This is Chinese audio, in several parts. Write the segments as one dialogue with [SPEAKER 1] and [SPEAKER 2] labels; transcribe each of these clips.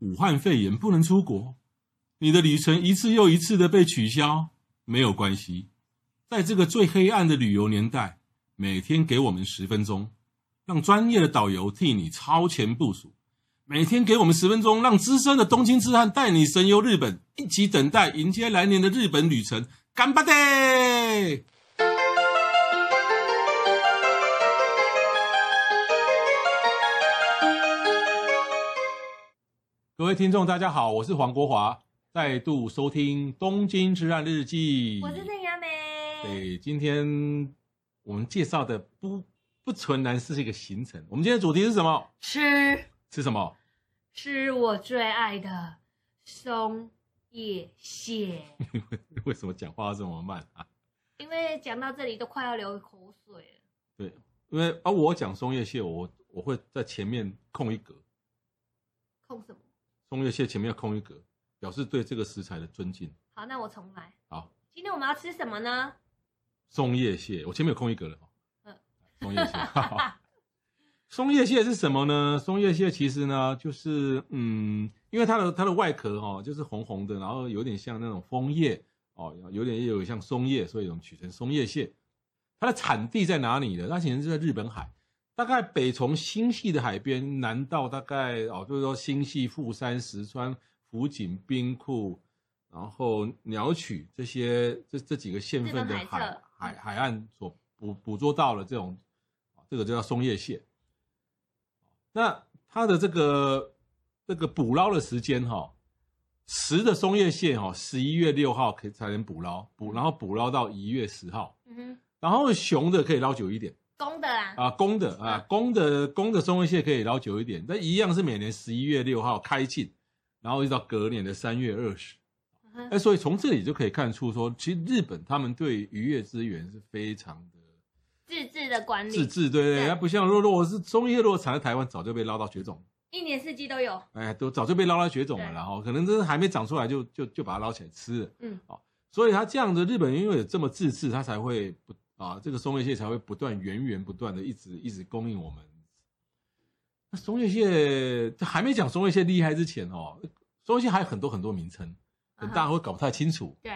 [SPEAKER 1] 武汉肺炎不能出国，你的旅程一次又一次的被取消，没有关系。在这个最黑暗的旅游年代，每天给我们十分钟，让专业的导游替你超前部署；每天给我们十分钟，让资深的东京之汉带你神游日本，一起等待迎接来年的日本旅程。干巴爹！各位听众，大家好，我是黄国华，再度收听《东京之暗日记》。
[SPEAKER 2] 我是郑雅美。
[SPEAKER 1] 对，今天我们介绍的不不纯然是一个行程。我们今天的主题是什么？
[SPEAKER 2] 吃
[SPEAKER 1] 吃什么？
[SPEAKER 2] 吃我最爱的松叶蟹，
[SPEAKER 1] 为什么讲话这么慢啊？
[SPEAKER 2] 因为讲到这里都快要流口水了。
[SPEAKER 1] 对，因为啊，我讲松叶蟹，我我会在前面空一格，
[SPEAKER 2] 控什么？
[SPEAKER 1] 松叶蟹前面要空一格，表示对这个食材的尊敬。
[SPEAKER 2] 好，那我重来。
[SPEAKER 1] 好，
[SPEAKER 2] 今天我们要吃什么呢？
[SPEAKER 1] 松叶蟹，我前面有空一格了。嗯
[SPEAKER 2] 嗯，
[SPEAKER 1] 松叶蟹。
[SPEAKER 2] 啊
[SPEAKER 1] 松叶蟹是什么呢？松叶蟹其实呢，就是嗯，因为它的它的外壳哦，就是红红的，然后有点像那种枫叶哦，有点也有像松叶，所以我们取成松叶蟹。它的产地在哪里呢？它显然是在日本海，大概北从新系的海边，南到大概哦，就是说新系、富山、石川、福井、兵库，然后鸟取这些这这几个县份的
[SPEAKER 2] 日本海
[SPEAKER 1] 海
[SPEAKER 2] 侧
[SPEAKER 1] 海海岸所捕捕捉到了这种，哦这个就叫松叶蟹。那它的这个这个捕捞的时间哈、十的松叶蟹哈、哦，十一月六号可以才能捕捞，捕然后捕捞到一月十号，
[SPEAKER 2] 嗯哼，
[SPEAKER 1] 然后雄的可以捞久一点
[SPEAKER 2] 公的啦。
[SPEAKER 1] 啊，公的啊
[SPEAKER 2] 嗯
[SPEAKER 1] 公的公的松叶蟹可以捞久一点，但一样是每年十一月六号开禁，然后一直到隔年的三月二十。
[SPEAKER 2] 嗯哼
[SPEAKER 1] 哎，所以从这里就可以看出说，其实日本他们对渔业资源是非常的
[SPEAKER 2] 自制的管理，
[SPEAKER 1] 自制，对不对？
[SPEAKER 2] 对
[SPEAKER 1] 它不像若若是松叶若产在台湾早就被捞到绝种，
[SPEAKER 2] 一年四季都有。
[SPEAKER 1] 哎，都早就被捞到绝种了，
[SPEAKER 2] 对
[SPEAKER 1] 然后可能真的还没长出来就就就把它捞起来吃了。哦
[SPEAKER 2] 嗯，
[SPEAKER 1] 所以它这样的日本因为有这么自制，它才会不啊，这个松叶蟹才会不断源源不断的一直一直供应我们。那松叶蟹还没讲松叶蟹厉害之前哦，松叶蟹还有很多很多名称，可
[SPEAKER 2] 啊
[SPEAKER 1] 能大哦家会搞不太清楚
[SPEAKER 2] 嗯对，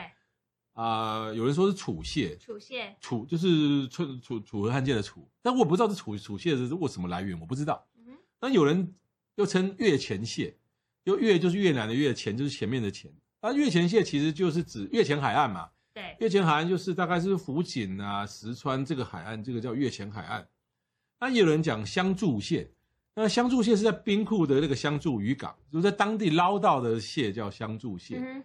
[SPEAKER 1] 啊、有人说是楚蟹，
[SPEAKER 2] 楚蟹。
[SPEAKER 1] 楚就是楚楚楚河汉界的楚，但我不知道这楚楚蟹是我什么来源，我不知道。
[SPEAKER 2] 嗯哼，
[SPEAKER 1] 那有人又称越前蟹，又越就是越南的越，前就是前面的前。那越前蟹其实就是指越前海岸嘛，
[SPEAKER 2] 对，
[SPEAKER 1] 越前海岸就是大概是福井啊、石川这个海岸，这个叫越前海岸。那也有人讲香柱蟹，那香柱蟹是在冰库的那个香柱渔港，就是在当地捞到的蟹叫香柱蟹。
[SPEAKER 2] 嗯哼，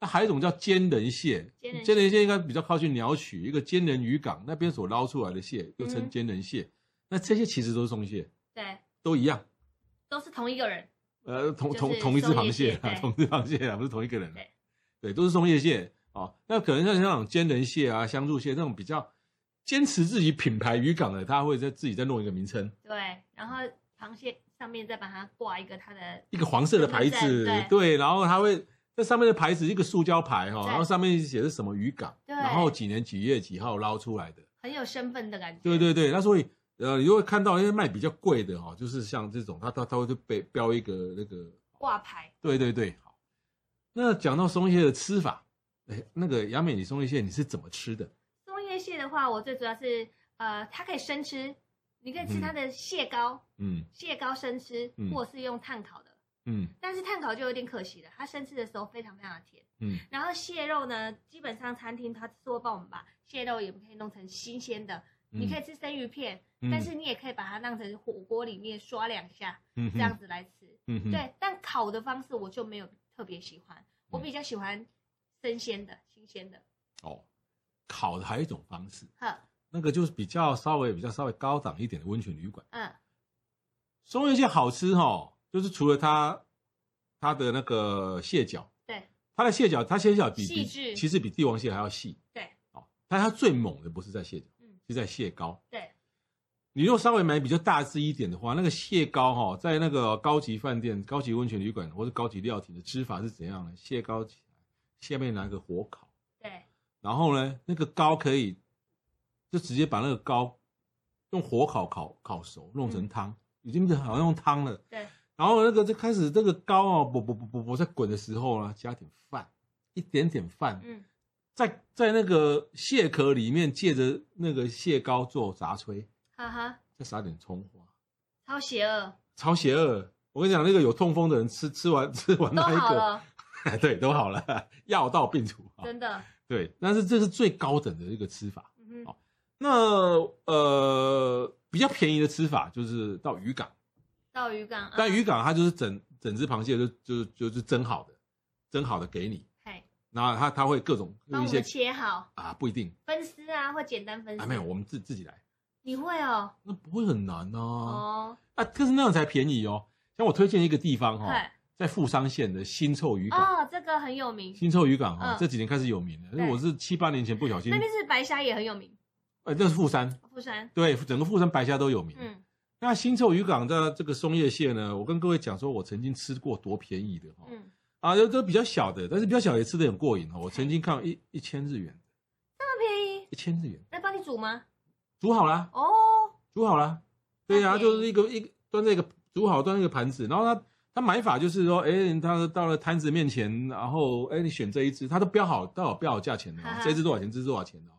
[SPEAKER 1] 那还有一种叫坚人蟹嗯
[SPEAKER 2] 坚人，蟹
[SPEAKER 1] 坚人蟹应该比较靠近鸟取一个坚人渔港那边所捞出来的蟹，又
[SPEAKER 2] 嗯
[SPEAKER 1] 称
[SPEAKER 2] 哼
[SPEAKER 1] 坚人蟹。那这些其实都是松蟹，
[SPEAKER 2] 对，
[SPEAKER 1] 都一样。
[SPEAKER 2] 都是同一个人。
[SPEAKER 1] 呃，同
[SPEAKER 2] 就是
[SPEAKER 1] 同同一只
[SPEAKER 2] 松叶
[SPEAKER 1] 螃蟹
[SPEAKER 2] 蟹
[SPEAKER 1] 啊，
[SPEAKER 2] 对
[SPEAKER 1] 同一只螃蟹啊，不是同一个人啊
[SPEAKER 2] 对。
[SPEAKER 1] 对，都是松叶蟹哦。那可能像像那种坚人蟹啊、香柱蟹那种比较坚持自己品牌渔港的，他会在自己再弄一个名称，
[SPEAKER 2] 对，然后螃蟹上面再把它挂一个它的，
[SPEAKER 1] 一个黄色的牌子
[SPEAKER 2] 身份，证
[SPEAKER 1] 对，然后他会在上面的牌子一个塑胶牌哈、哦，
[SPEAKER 2] 对
[SPEAKER 1] 然后上面写的是什么渔港，
[SPEAKER 2] 对
[SPEAKER 1] 然后几年几月几号捞出来的。
[SPEAKER 2] 很有身份的感觉。
[SPEAKER 1] 对对对，那所以呃，你就会看到因为卖比较贵的哈、哦，就是像这种，它它它会就被标一个那个
[SPEAKER 2] 挂牌。
[SPEAKER 1] 对对对，好。那讲到松叶的吃法，哎，那个杨美，你松叶蟹你是怎么吃的？
[SPEAKER 2] 松叶蟹的话，我最主要是呃，它可以生吃，你可以吃它的蟹膏，
[SPEAKER 1] 嗯
[SPEAKER 2] 蟹膏生吃
[SPEAKER 1] 嗯，
[SPEAKER 2] 或是用炭烤的。
[SPEAKER 1] 嗯
[SPEAKER 2] 但是炭烤就有点可惜了，它生吃的时候非常非常的甜。
[SPEAKER 1] 嗯
[SPEAKER 2] 然后蟹肉呢，基本上餐厅它是会帮我们把蟹肉也可以弄成新鲜的，
[SPEAKER 1] 嗯
[SPEAKER 2] 你可以吃生鱼片，
[SPEAKER 1] 嗯
[SPEAKER 2] 但是你也可以把它当成火锅里面刷两下，
[SPEAKER 1] 嗯
[SPEAKER 2] 这样子来吃。
[SPEAKER 1] 嗯哼，
[SPEAKER 2] 对，但烤的方式我就没有特别喜欢，
[SPEAKER 1] 嗯
[SPEAKER 2] 我比较喜欢生鲜的、新鲜的。
[SPEAKER 1] 哦，烤的还有一种方式，
[SPEAKER 2] 呵，
[SPEAKER 1] 那个就是比较稍微比较稍微高档一点的温泉旅馆。
[SPEAKER 2] 嗯，
[SPEAKER 1] 松叶蟹好吃哦，就是除了它它的那个蟹脚，
[SPEAKER 2] 对
[SPEAKER 1] 它的蟹脚，它蟹脚比比
[SPEAKER 2] 细致
[SPEAKER 1] 其实比帝王蟹还要细
[SPEAKER 2] 对
[SPEAKER 1] 哦，但它最猛的不是在蟹脚，
[SPEAKER 2] 嗯
[SPEAKER 1] 是在蟹膏。
[SPEAKER 2] 对，
[SPEAKER 1] 你如果稍微买比较大只一点的话，那个蟹膏哈、在那个高级饭店、高级温泉旅馆或者高级料亭的吃法是怎样呢？蟹膏起来，下面拿个火烤，
[SPEAKER 2] 对，
[SPEAKER 1] 然后呢，那个膏可以就直接把那个膏用火烤烤烤熟，弄成汤，已经好像用汤了。
[SPEAKER 2] 嗯对，
[SPEAKER 1] 然后那个就开始这个膏哦，啵啵啵啵啵在滚的时候呢，加点饭，一点点饭，
[SPEAKER 2] 嗯，
[SPEAKER 1] 在在那个蟹壳里面借着那个蟹膏做杂炊，
[SPEAKER 2] 哈哈，
[SPEAKER 1] 再撒点葱花，
[SPEAKER 2] 超邪恶，
[SPEAKER 1] 超邪恶。我跟你讲，那个有痛风的人吃吃完 吃完
[SPEAKER 2] 都
[SPEAKER 1] 那一
[SPEAKER 2] 好
[SPEAKER 1] 个，
[SPEAKER 2] 了，
[SPEAKER 1] 对，都好了，药到病除啊。
[SPEAKER 2] 真的，
[SPEAKER 1] 对，但是这是最高等的一个吃法。
[SPEAKER 2] 嗯哼，
[SPEAKER 1] 那呃，比较便宜的吃法就是到渔港，
[SPEAKER 2] 到渔港，嗯
[SPEAKER 1] 但渔港它就是整整只螃蟹就就就是蒸好的，蒸好的给你，
[SPEAKER 2] 嘿，
[SPEAKER 1] 然后它它会各种用
[SPEAKER 2] 帮
[SPEAKER 1] 一
[SPEAKER 2] 我
[SPEAKER 1] 些
[SPEAKER 2] 们切好
[SPEAKER 1] 啊不一定
[SPEAKER 2] 分丝啊，或简单分丝，
[SPEAKER 1] 啊没有，，我们自自己来，
[SPEAKER 2] 你会哦，
[SPEAKER 1] 那不会很难啊
[SPEAKER 2] 哦，
[SPEAKER 1] 啊，可是那样才便宜哦。像我推荐一个地方哈、哦，
[SPEAKER 2] 嘿，
[SPEAKER 1] 在富商县的新臭渔港，
[SPEAKER 2] 哦，这个很有名，
[SPEAKER 1] 新臭渔港哈、哦
[SPEAKER 2] 嗯
[SPEAKER 1] 这几年开始有名了，因为
[SPEAKER 2] 对
[SPEAKER 1] 我是七八年前不小心
[SPEAKER 2] 那，边是白虾也很有名，
[SPEAKER 1] 呃，那是富山，
[SPEAKER 2] 富山，
[SPEAKER 1] 对，整个富山白虾都有名。
[SPEAKER 2] 嗯
[SPEAKER 1] 那新臭渔港的这个松叶蟹呢，我跟各位讲说，我曾经吃过多便宜的哈、
[SPEAKER 2] 嗯，
[SPEAKER 1] 啊，都都比较小的，但是比较小也吃的很过瘾哦。我曾经看到一一千日元，
[SPEAKER 2] 那么便宜，
[SPEAKER 1] 一千日元
[SPEAKER 2] 那帮你煮吗？
[SPEAKER 1] 煮好啦，
[SPEAKER 2] 哦，
[SPEAKER 1] 煮好啦，对呀、
[SPEAKER 2] 那便宜
[SPEAKER 1] 就是一个一个端在一个煮好端在一个盘子，然后他他买法就是说，哎，他到了摊子面前，然后哎，你选这一只，他都标好，都好标好价钱的、哦
[SPEAKER 2] 哈，哈
[SPEAKER 1] 这只多少钱，这只多少钱的哦。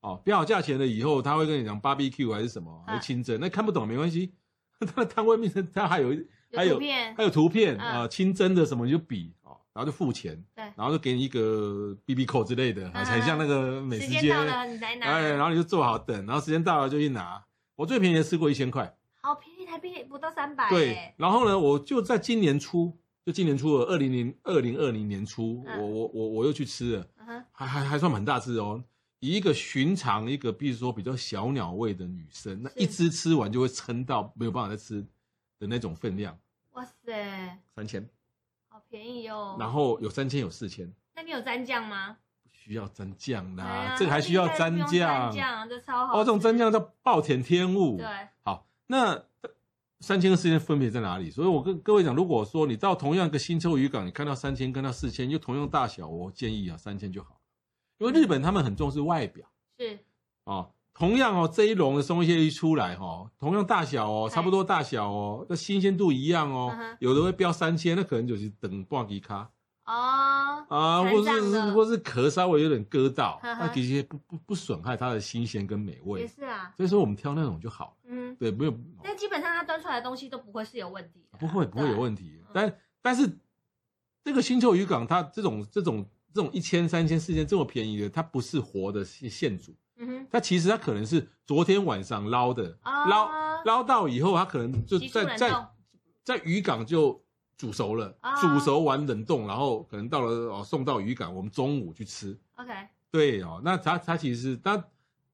[SPEAKER 1] 哦，标好价钱了以后，他会跟你讲 BBQ 还是什么，还是清蒸，那看不懂没关系， 他的摊位面他还有一还
[SPEAKER 2] 有
[SPEAKER 1] 有
[SPEAKER 2] 图片
[SPEAKER 1] 还，有图片
[SPEAKER 2] 嗯
[SPEAKER 1] 啊、呃清蒸的什么你就比啊、哦然后就付钱，
[SPEAKER 2] 对
[SPEAKER 1] 然后就给你一个 B B 扣之类的，啊
[SPEAKER 2] 嗯
[SPEAKER 1] 很像那个美
[SPEAKER 2] 时
[SPEAKER 1] 食
[SPEAKER 2] 间
[SPEAKER 1] 街，
[SPEAKER 2] 到了你来
[SPEAKER 1] 哎，然
[SPEAKER 2] 拿，
[SPEAKER 1] 后你就做好等，然后时间到了就去拿。我最便宜的吃过一千块，
[SPEAKER 2] 好便宜，台币不到三百，
[SPEAKER 1] 对，。然后呢，我就在今年初，就今年初的二零零二零二零年初，
[SPEAKER 2] 嗯
[SPEAKER 1] 我我我我又去吃了，
[SPEAKER 2] 嗯哼，
[SPEAKER 1] 还还还算蛮大只哦。以一个寻常一个，比如说比较小鸟胃的女生，那
[SPEAKER 2] 是
[SPEAKER 1] 一只吃完就会撑到没有办法再吃的那种分量，
[SPEAKER 2] 哇塞，
[SPEAKER 1] 三千。
[SPEAKER 2] 好便宜哦。
[SPEAKER 1] 然后有三千有四千，
[SPEAKER 2] 那你有蘸酱吗？
[SPEAKER 1] 需要蘸酱啦，
[SPEAKER 2] 哎呀
[SPEAKER 1] 这个还需要
[SPEAKER 2] 这个不
[SPEAKER 1] 蘸
[SPEAKER 2] 用
[SPEAKER 1] 酱
[SPEAKER 2] 蘸。酱这超好吃。
[SPEAKER 1] 哦，这种蘸酱叫暴殄天物。
[SPEAKER 2] 对，
[SPEAKER 1] 好，那三千跟四千分别在哪里？所以我跟各位讲，如果说你到同样一个新洲渔港，你看到三千跟到四千，又同样大小，我建议啊三千就好，因为日本他们很重视外表
[SPEAKER 2] 是
[SPEAKER 1] 啊、哦。同样哦，这一笼的松蟹一出来哦，同样大小哦，
[SPEAKER 2] 哎
[SPEAKER 1] 差不多大小哦，那新鲜度一样哦
[SPEAKER 2] 嗯哼
[SPEAKER 1] 有的会标三千，那可能就是等半吉卡。
[SPEAKER 2] 哦，
[SPEAKER 1] 啊，
[SPEAKER 2] 残
[SPEAKER 1] 或
[SPEAKER 2] 障
[SPEAKER 1] 是
[SPEAKER 2] 的
[SPEAKER 1] 或是壳稍微有点割到，
[SPEAKER 2] 哈哈
[SPEAKER 1] 那其实不不不损害它的新鲜跟美
[SPEAKER 2] 也
[SPEAKER 1] 味。
[SPEAKER 2] 是啊，
[SPEAKER 1] 所以说我们挑那种就好了，
[SPEAKER 2] 嗯，
[SPEAKER 1] 对，没有
[SPEAKER 2] 但基本上它端出来的东西都不会是有问题
[SPEAKER 1] 哦
[SPEAKER 2] 的，
[SPEAKER 1] 不会不会有
[SPEAKER 2] 题。
[SPEAKER 1] 问题
[SPEAKER 2] 啊嗯。
[SPEAKER 1] 但但是这个新旧渔港它这种这种这种一千三千四千这么便宜的，它不是活的现现煮，
[SPEAKER 2] 嗯哼，
[SPEAKER 1] 它其实它可能是昨天晚上捞的，
[SPEAKER 2] 哦
[SPEAKER 1] 捞捞到以后它可能就
[SPEAKER 2] 急速
[SPEAKER 1] 在
[SPEAKER 2] 冷冻
[SPEAKER 1] 在，在渔港就煮熟了
[SPEAKER 2] 哦，
[SPEAKER 1] 煮熟完冷冻，然后可能到了哦送到渔港，我们中午去吃。
[SPEAKER 2] OK，
[SPEAKER 1] 对哦，那它它其实它，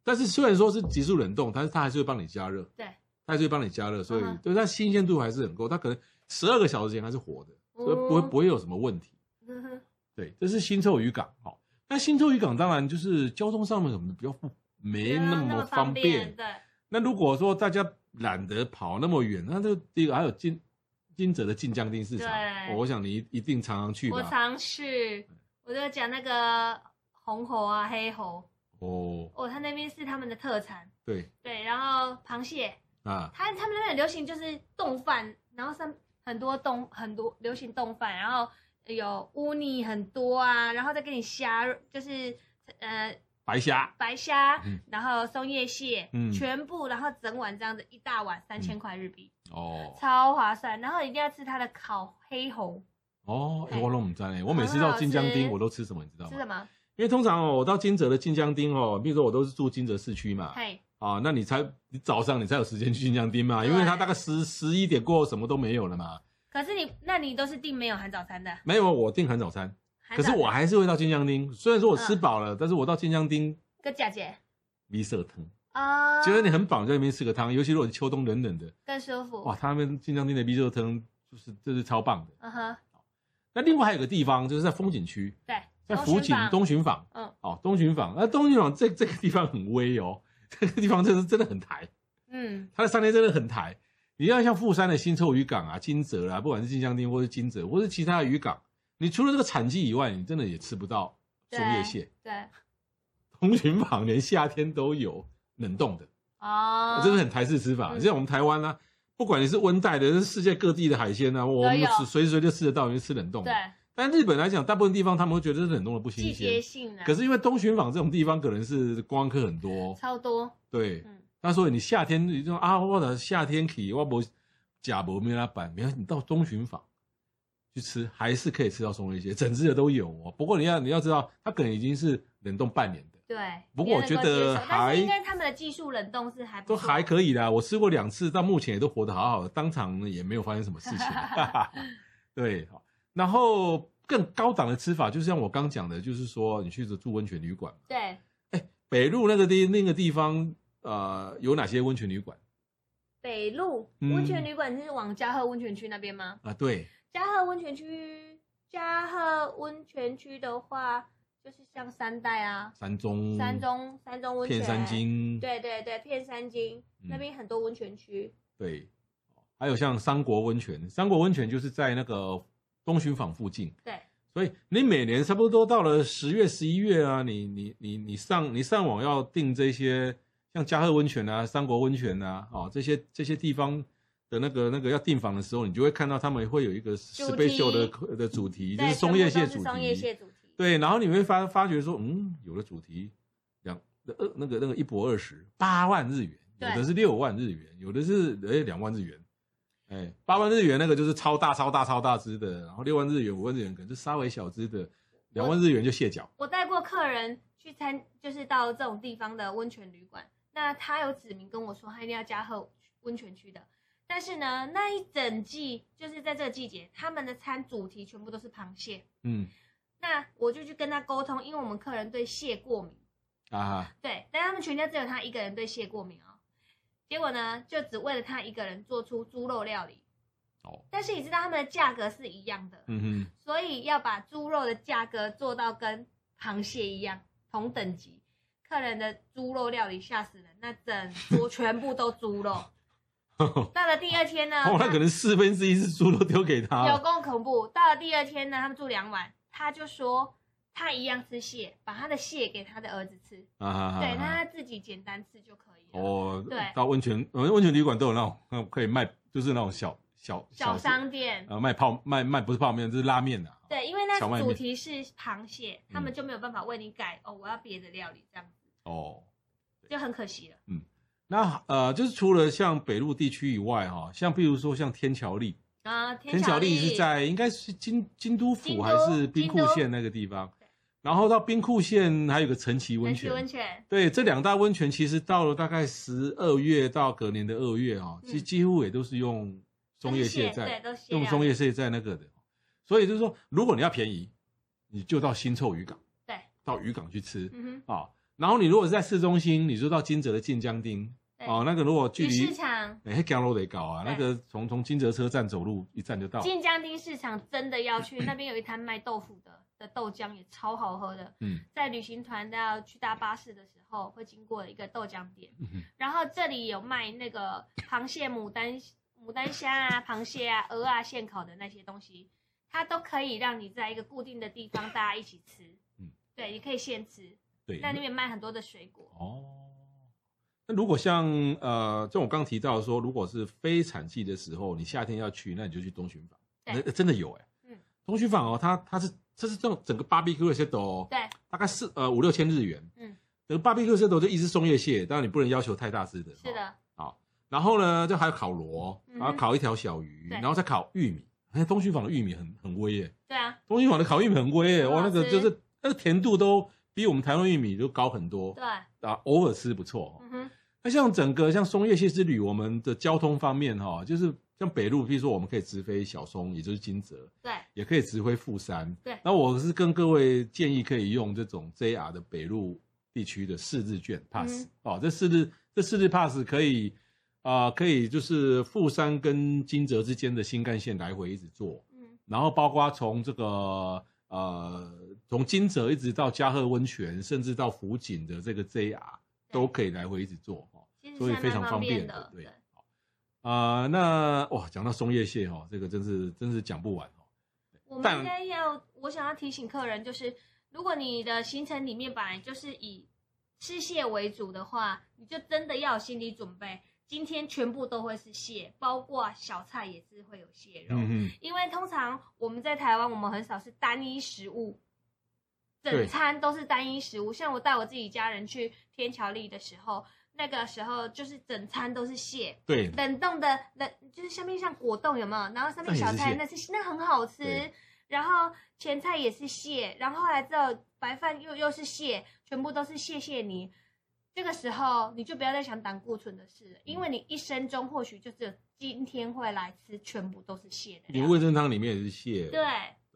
[SPEAKER 1] 但是虽然说是急速冷冻，但是它还是会帮你加热，
[SPEAKER 2] 对，
[SPEAKER 1] 它还是会帮你加热，所以、
[SPEAKER 2] 嗯哼
[SPEAKER 1] 对它新鲜度还是很够，它可能十二个小时前还是活的，所以不会
[SPEAKER 2] 哦
[SPEAKER 1] 不会有什么问题。
[SPEAKER 2] 嗯哼
[SPEAKER 1] 对，这是新臭渔港哦。那新臭渔港当然就是交通上面可能比较不没那
[SPEAKER 2] 啊那
[SPEAKER 1] 么
[SPEAKER 2] 方
[SPEAKER 1] 方便。
[SPEAKER 2] 对，
[SPEAKER 1] 那如果说大家懒得跑那么远，那就第一个还有金金泽的晋江町市场，
[SPEAKER 2] 对
[SPEAKER 1] 我想你一一定常常去
[SPEAKER 2] 我
[SPEAKER 1] 吧？
[SPEAKER 2] 尝试，我就讲那个红猴啊、黑猴，
[SPEAKER 1] 哦，
[SPEAKER 2] 哦，它那边是他们的特产，
[SPEAKER 1] 对
[SPEAKER 2] 对，然后螃蟹，
[SPEAKER 1] 啊，
[SPEAKER 2] 他他们那边很流行就是冻饭，然后上很多冻很多流行冻饭，然后有乌泥很多啊，然后再给你虾，就是呃
[SPEAKER 1] 白虾。
[SPEAKER 2] 白虾，
[SPEAKER 1] 嗯
[SPEAKER 2] 然后松叶蟹，
[SPEAKER 1] 嗯
[SPEAKER 2] 全部然后整碗这样子一大碗三千块日币，
[SPEAKER 1] 哦
[SPEAKER 2] 超划算。然后一定要吃它的烤黑猴，
[SPEAKER 1] 哦，
[SPEAKER 2] 嘿
[SPEAKER 1] 欸我都不知道呢。我每次
[SPEAKER 2] 很好
[SPEAKER 1] 到晋江町，
[SPEAKER 2] 吃
[SPEAKER 1] 我都吃什么，你知道
[SPEAKER 2] 啊吃
[SPEAKER 1] 吗
[SPEAKER 2] 什？么？
[SPEAKER 1] 因为通常哦，我到金泽的晋江町哦，比如说我都是住金泽市区嘛，
[SPEAKER 2] 嘿，
[SPEAKER 1] 啊，那你才你早上你才有时间去晋江町嘛，
[SPEAKER 2] 对
[SPEAKER 1] 因为它大概十十一点过后什么都没有了嘛。
[SPEAKER 2] 可是你那你都是订没有含早餐的，
[SPEAKER 1] 没有，我订含早餐，
[SPEAKER 2] 含
[SPEAKER 1] 可
[SPEAKER 2] 早嗯
[SPEAKER 1] 是
[SPEAKER 2] 餐
[SPEAKER 1] 我还是会到晋江町。虽然说我吃饱了，但是我到晋江町
[SPEAKER 2] 跟姐姐
[SPEAKER 1] 米色汤，
[SPEAKER 2] 啊，
[SPEAKER 1] 觉得你很饱，在那边吃个汤，尤其如果秋冬冷冷的，
[SPEAKER 2] 更舒服。
[SPEAKER 1] 哇，他们晋江町的米色汤就是就是超棒的。
[SPEAKER 2] 嗯哼，
[SPEAKER 1] 那另外还有个地方就是在风景区，
[SPEAKER 2] 对，
[SPEAKER 1] 在
[SPEAKER 2] 东
[SPEAKER 1] 福
[SPEAKER 2] 巡
[SPEAKER 1] 井
[SPEAKER 2] 坊
[SPEAKER 1] 东巡坊。
[SPEAKER 2] 嗯
[SPEAKER 1] 哦，东巡坊，那东巡坊这这个地方很威哦，这个地方真是真的很台，
[SPEAKER 2] 嗯，
[SPEAKER 1] 它的商店真的很台。你要像富山的新臭渔港啊、金泽啦、不管是晋江町或是金泽，或是其他的渔港，你除了这个产季以外，你真的也吃不到
[SPEAKER 2] 对
[SPEAKER 1] 松叶蟹。
[SPEAKER 2] 对，
[SPEAKER 1] 东巡坊连夏天都有冷冻的，
[SPEAKER 2] 哦，
[SPEAKER 1] 这是很台式吃法。
[SPEAKER 2] 嗯
[SPEAKER 1] 像我们台湾啦、啊不管你是温带的，是世界各地的海鲜啊，我们
[SPEAKER 2] 有
[SPEAKER 1] 吃随时随地就吃得到，因为吃冷冻。
[SPEAKER 2] 对，，
[SPEAKER 1] 但日本来讲，大部分地方他们会觉得冷冻的不
[SPEAKER 2] 季
[SPEAKER 1] 新
[SPEAKER 2] 节
[SPEAKER 1] 鲜。
[SPEAKER 2] 性啊，
[SPEAKER 1] 可是因为东巡坊这种地方可能是观光客很多，哦
[SPEAKER 2] 超多，
[SPEAKER 1] 对，
[SPEAKER 2] 嗯，
[SPEAKER 1] 那所以你夏天你就啊，我的夏天去，我不假不没拉板，没有你到东巡坊去吃，还是可以吃到松叶蟹，整只的都有哦。不过你要你要知道，它可能已经是冷冻半年的，
[SPEAKER 2] 对。
[SPEAKER 1] 不过我
[SPEAKER 2] 也能
[SPEAKER 1] 觉
[SPEAKER 2] 够
[SPEAKER 1] 得
[SPEAKER 2] 接受但
[SPEAKER 1] 还
[SPEAKER 2] 是应该他们的技术冷冻是还不
[SPEAKER 1] 都
[SPEAKER 2] 错
[SPEAKER 1] 还可以啦。我吃过两次，到目前也都活得好好的，当场呢也没有发生什么事情。 对，好然后更高档的吃法，就像我刚讲的，就是说你去住温泉旅馆，
[SPEAKER 2] 对，
[SPEAKER 1] 北路那个地那个地方，呃，有哪些温泉旅馆
[SPEAKER 2] 北路
[SPEAKER 1] 嗯
[SPEAKER 2] 温泉旅馆是往嘉禾温泉区那边吗？
[SPEAKER 1] 啊？对，
[SPEAKER 2] 嘉禾温泉区，嘉禾温泉区的话，就是像三代啊、
[SPEAKER 1] 三中、
[SPEAKER 2] 三中、三中温
[SPEAKER 1] 嗯
[SPEAKER 2] 泉、
[SPEAKER 1] 片山，金，
[SPEAKER 2] 对对对，片山金、
[SPEAKER 1] 嗯
[SPEAKER 2] 那边很多温泉区，
[SPEAKER 1] 对，哦还有像三国温泉，三国温泉就是在那个东巡坊附近，
[SPEAKER 2] 对，
[SPEAKER 1] 所以你每年差不多到了十月、十一月啊，你你你你上你上网要订这些像嘉禾温泉啊、三国温泉啊，哦这些这些地方的那个那个要订房的时候，你就会看到他们会有一个
[SPEAKER 2] 主题
[SPEAKER 1] special 的的主题，就
[SPEAKER 2] 对
[SPEAKER 1] 是松叶蟹
[SPEAKER 2] 全部
[SPEAKER 1] 主
[SPEAKER 2] 都是
[SPEAKER 1] 题，
[SPEAKER 2] 松叶蟹主题，
[SPEAKER 1] 对，然后你会发发觉说，嗯，有的主题两呃那个那个一博二十八万日元，有
[SPEAKER 2] 对
[SPEAKER 1] 的是六万日元，有的是哎两万日元，哎八万日元那个就是超大超大超大只的，然后六万日元五万日元可能就稍微小只的，两万日元就蟹脚，
[SPEAKER 2] 我带过客人去参，就是到这种地方的温泉旅馆，那他有指明跟我说，他一定要加厚温泉区的。但是呢，那一整季就是在这个季节，他们的餐主题全部都是螃蟹。
[SPEAKER 1] 嗯
[SPEAKER 2] 那我就去跟他沟通，因为我们客人对蟹过敏，
[SPEAKER 1] 啊
[SPEAKER 2] 对，但他们全家只有他一个人对蟹过敏哦。结果呢，就只为了他一个人做出猪肉料理，
[SPEAKER 1] 哦
[SPEAKER 2] 但是你知道他们的价格是一样的，
[SPEAKER 1] 嗯
[SPEAKER 2] 所以要把猪肉的价格做到跟螃蟹一样同等级。客人的猪肉料理吓死人，那整桌全部都猪肉。
[SPEAKER 1] 哼， 哦
[SPEAKER 2] 到了第二天 呢，
[SPEAKER 1] 那啊可能四分之一是猪都丢给他
[SPEAKER 2] 他有
[SPEAKER 1] 了，
[SPEAKER 2] 够恐怖。到了第二天呢，他们住两晚，他就说他一样吃蟹，把他的蟹给他的儿子吃，
[SPEAKER 1] 啊哈哈
[SPEAKER 2] 对，
[SPEAKER 1] 哈
[SPEAKER 2] 那他自己简单吃就可以了。
[SPEAKER 1] 哦
[SPEAKER 2] 对
[SPEAKER 1] 到温泉呃温泉旅馆都有那种那种可以卖就是那种小小
[SPEAKER 2] 小商店，
[SPEAKER 1] 呃卖泡卖卖不是泡面，这是拉面的、啊。
[SPEAKER 2] 对，因为
[SPEAKER 1] 小
[SPEAKER 2] 那
[SPEAKER 1] 卖嗯
[SPEAKER 2] 主
[SPEAKER 1] 面
[SPEAKER 2] 题是螃蟹，他们就没有办法为你改哦，我要别的料理这样子，
[SPEAKER 1] 哦，
[SPEAKER 2] 就很可惜了。
[SPEAKER 1] 那呃，就是除了像北陆地区以外哈、像比如说像天桥立，
[SPEAKER 2] 啊，
[SPEAKER 1] 天桥
[SPEAKER 2] 桥
[SPEAKER 1] 立是在应该是京京都府
[SPEAKER 2] 京都
[SPEAKER 1] 还是兵库县那个地方
[SPEAKER 2] 对，
[SPEAKER 1] 然后到兵库县还有个陈崎温
[SPEAKER 2] 人气
[SPEAKER 1] 泉。
[SPEAKER 2] 温泉，
[SPEAKER 1] 对，这两大温泉其实到了大概十二月到隔年的二月哈、
[SPEAKER 2] 嗯
[SPEAKER 1] 其实几乎也都是用松叶蟹
[SPEAKER 2] 都是
[SPEAKER 1] 在
[SPEAKER 2] 对，啊都是蟹
[SPEAKER 1] 用
[SPEAKER 2] 料
[SPEAKER 1] 松叶蟹在那个的，所以就是说，如果你要便宜，你就到新凑渔港，
[SPEAKER 2] 对，
[SPEAKER 1] 到渔港去吃。
[SPEAKER 2] 嗯哼，
[SPEAKER 1] 啊、然后你如果是在市中心，你就到金泽的近江町
[SPEAKER 2] 对
[SPEAKER 1] 哦，那个如果距
[SPEAKER 2] 鱼市
[SPEAKER 1] 离
[SPEAKER 2] 场、
[SPEAKER 1] 哎，江路得搞啊，那个从从金泽车站走路一站就到。
[SPEAKER 2] 晋江町市场真的要去，那边有一摊卖豆腐的的豆浆也超好喝的。
[SPEAKER 1] 嗯
[SPEAKER 2] 在旅行团要去搭巴士的时候，会经过一个豆浆店，
[SPEAKER 1] 嗯哼
[SPEAKER 2] 然后这里有卖那个螃蟹、牡丹、牡丹虾啊、螃蟹啊、鹅啊、现烤的那些东西，它都可以让你在一个固定的地方大家一起吃。
[SPEAKER 1] 嗯
[SPEAKER 2] 嗯，对，你可以现吃，
[SPEAKER 1] 对。
[SPEAKER 2] 在那边卖很多的水果。
[SPEAKER 1] 哦，那如果像呃，像我刚提到说，如果是非产季的时候，你夏天要去，那你就去东巡坊。
[SPEAKER 2] 对
[SPEAKER 1] 那呃真的有哎、
[SPEAKER 2] 嗯
[SPEAKER 1] 东巡坊哦，它它是这是这种整个 barbecue 的 set 哦，
[SPEAKER 2] 对，
[SPEAKER 1] 大概四呃五六千日元。
[SPEAKER 2] 嗯，
[SPEAKER 1] 整个 barbecue set 就一只松叶蟹，当然你不能要求太大只的。
[SPEAKER 2] 是
[SPEAKER 1] 哦
[SPEAKER 2] 的，
[SPEAKER 1] 然后呢，就还有烤螺，
[SPEAKER 2] 嗯哼
[SPEAKER 1] 然后烤一条小鱼，
[SPEAKER 2] 对
[SPEAKER 1] 然后再烤玉米。哎，东旭坊的玉米很很威耶，
[SPEAKER 2] 对啊，
[SPEAKER 1] 东旭坊的烤玉米很威耶，
[SPEAKER 2] 很
[SPEAKER 1] 哇，
[SPEAKER 2] 好
[SPEAKER 1] 那个
[SPEAKER 2] 吃
[SPEAKER 1] 就是那个甜度都比我们台湾玉米都高很多
[SPEAKER 2] 对，
[SPEAKER 1] 啊，偶尔吃不错、哦。
[SPEAKER 2] 嗯哼，
[SPEAKER 1] 那像整个像松叶蟹之旅，我们的交通方面哈、哦，就是像北路，比如说我们可以直飞小松，也就是金泽，
[SPEAKER 2] 对。
[SPEAKER 1] 也可以直飞富山。
[SPEAKER 2] 对
[SPEAKER 1] 那我是跟各位建议可以用这种 JR 的北路地区的四日券 pass、
[SPEAKER 2] 嗯
[SPEAKER 1] 哦，这四日这四日 pass 可以啊、呃可以就是富山跟金泽之间的新干线来回一直坐，
[SPEAKER 2] 嗯
[SPEAKER 1] 然后包括从这个呃从金泽一直到嘉禾温泉，甚至到福井的这个 JR 都可以来回一直坐哦。
[SPEAKER 2] 其实
[SPEAKER 1] 所以
[SPEAKER 2] 是
[SPEAKER 1] 非常
[SPEAKER 2] 蛮
[SPEAKER 1] 方
[SPEAKER 2] 便
[SPEAKER 1] 便的对
[SPEAKER 2] 对，
[SPEAKER 1] 啊、那哇，讲到松叶蟹哦，这个真是真是讲不完哦。
[SPEAKER 2] 我们
[SPEAKER 1] 但
[SPEAKER 2] 应该要，我想要提醒客人，就是如果你的行程里面本来就是以吃蟹为主的话，你就真的要有心理准备，今天全部都会是蟹，包括小菜也是会有蟹肉。
[SPEAKER 1] 嗯嗯，
[SPEAKER 2] 因为通常我们在台湾，我们很少是单一食物，
[SPEAKER 1] 对
[SPEAKER 2] 整餐都是单一食物。像我带我自己家人去天桥立的时候，那个时候就是整餐都是蟹，
[SPEAKER 1] 对，
[SPEAKER 2] 冷冻的冷就是上面像果冻有没有？然后上面小菜
[SPEAKER 1] 那
[SPEAKER 2] 那是那很好吃
[SPEAKER 1] 对，
[SPEAKER 2] 然后前菜也是蟹，然后后来之后白饭又又是蟹，全部都是谢谢你。这个时候你就不要再想胆固醇的事了，因为你一生中或许就只有今天会来吃，全部都是蟹的
[SPEAKER 1] 你
[SPEAKER 2] 料。
[SPEAKER 1] 味噌汤里面也是蟹，哦
[SPEAKER 2] 对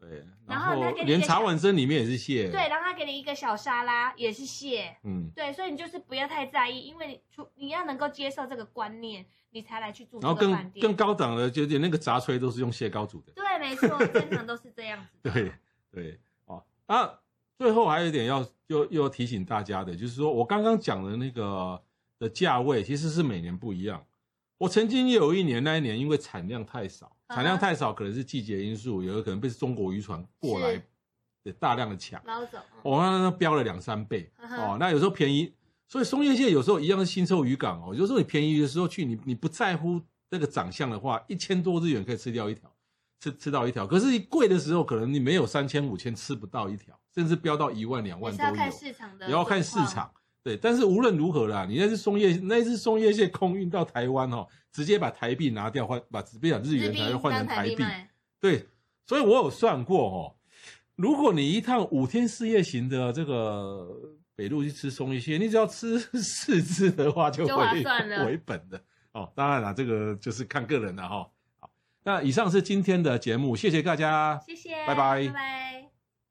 [SPEAKER 1] 对，然
[SPEAKER 2] 然后
[SPEAKER 1] 后
[SPEAKER 2] 它跟
[SPEAKER 1] 连
[SPEAKER 2] 那个
[SPEAKER 1] 茶
[SPEAKER 2] 小
[SPEAKER 1] 碗蒸里面也是蟹，哦
[SPEAKER 2] 对，，然后他给你一个小沙拉也是蟹，
[SPEAKER 1] 嗯，
[SPEAKER 2] 对，所以你就是不要太在意，因为你出你要能够接受这个观念，你才来去住这
[SPEAKER 1] 然后
[SPEAKER 2] 个
[SPEAKER 1] 更
[SPEAKER 2] 饭店。
[SPEAKER 1] 更高档的，就连那个炸炊都是用蟹膏煮的，
[SPEAKER 2] 对，没错，正常都是这样子的。
[SPEAKER 1] 对对，哦，啊，最后还有一点要又又提醒大家的，就是说我刚刚讲的那个的价位其实是每年不一样。我曾经也有一年，那一年因为产量太少，
[SPEAKER 2] 啊哈
[SPEAKER 1] 产量太少可能是季节因素，有的可能被中国渔船过来
[SPEAKER 2] 是
[SPEAKER 1] 的大量的抢，
[SPEAKER 2] 捞走。
[SPEAKER 1] 哦，那那标了两三倍，
[SPEAKER 2] 嗯
[SPEAKER 1] 哦
[SPEAKER 2] 哼，
[SPEAKER 1] 那有时候便宜，所以松叶蟹有时候一样是新臭渔港哦。有时候你便宜的时候去，你你不在乎那个长相的话，一千多日元可以吃掉一条，吃吃到一条。可是贵的时候，可能你没有三千五千吃不到一条，甚至飙到一万两
[SPEAKER 2] 也
[SPEAKER 1] 万
[SPEAKER 2] 是
[SPEAKER 1] 都有
[SPEAKER 2] 要。看市场的，
[SPEAKER 1] 也要看市。场。对，但是无论如何啦，你那只松叶那只松叶蟹空运到台湾哦，直接把台币拿掉换，把不讲日
[SPEAKER 2] 日
[SPEAKER 1] 元
[SPEAKER 2] 币
[SPEAKER 1] 拿掉换成
[SPEAKER 2] 当
[SPEAKER 1] 台
[SPEAKER 2] 币
[SPEAKER 1] 币。
[SPEAKER 2] 卖，
[SPEAKER 1] 对，所以我有算过哦，如果你一趟五天四夜行的这个北路去吃松叶蟹，你只要吃四只的话就
[SPEAKER 2] 就划
[SPEAKER 1] 回
[SPEAKER 2] 算 了
[SPEAKER 1] 回本的哦。当然啦，这个就是看个人了哈、好，那以上是今天的节目，谢谢大家。
[SPEAKER 2] 谢谢，
[SPEAKER 1] 拜拜
[SPEAKER 2] 拜拜。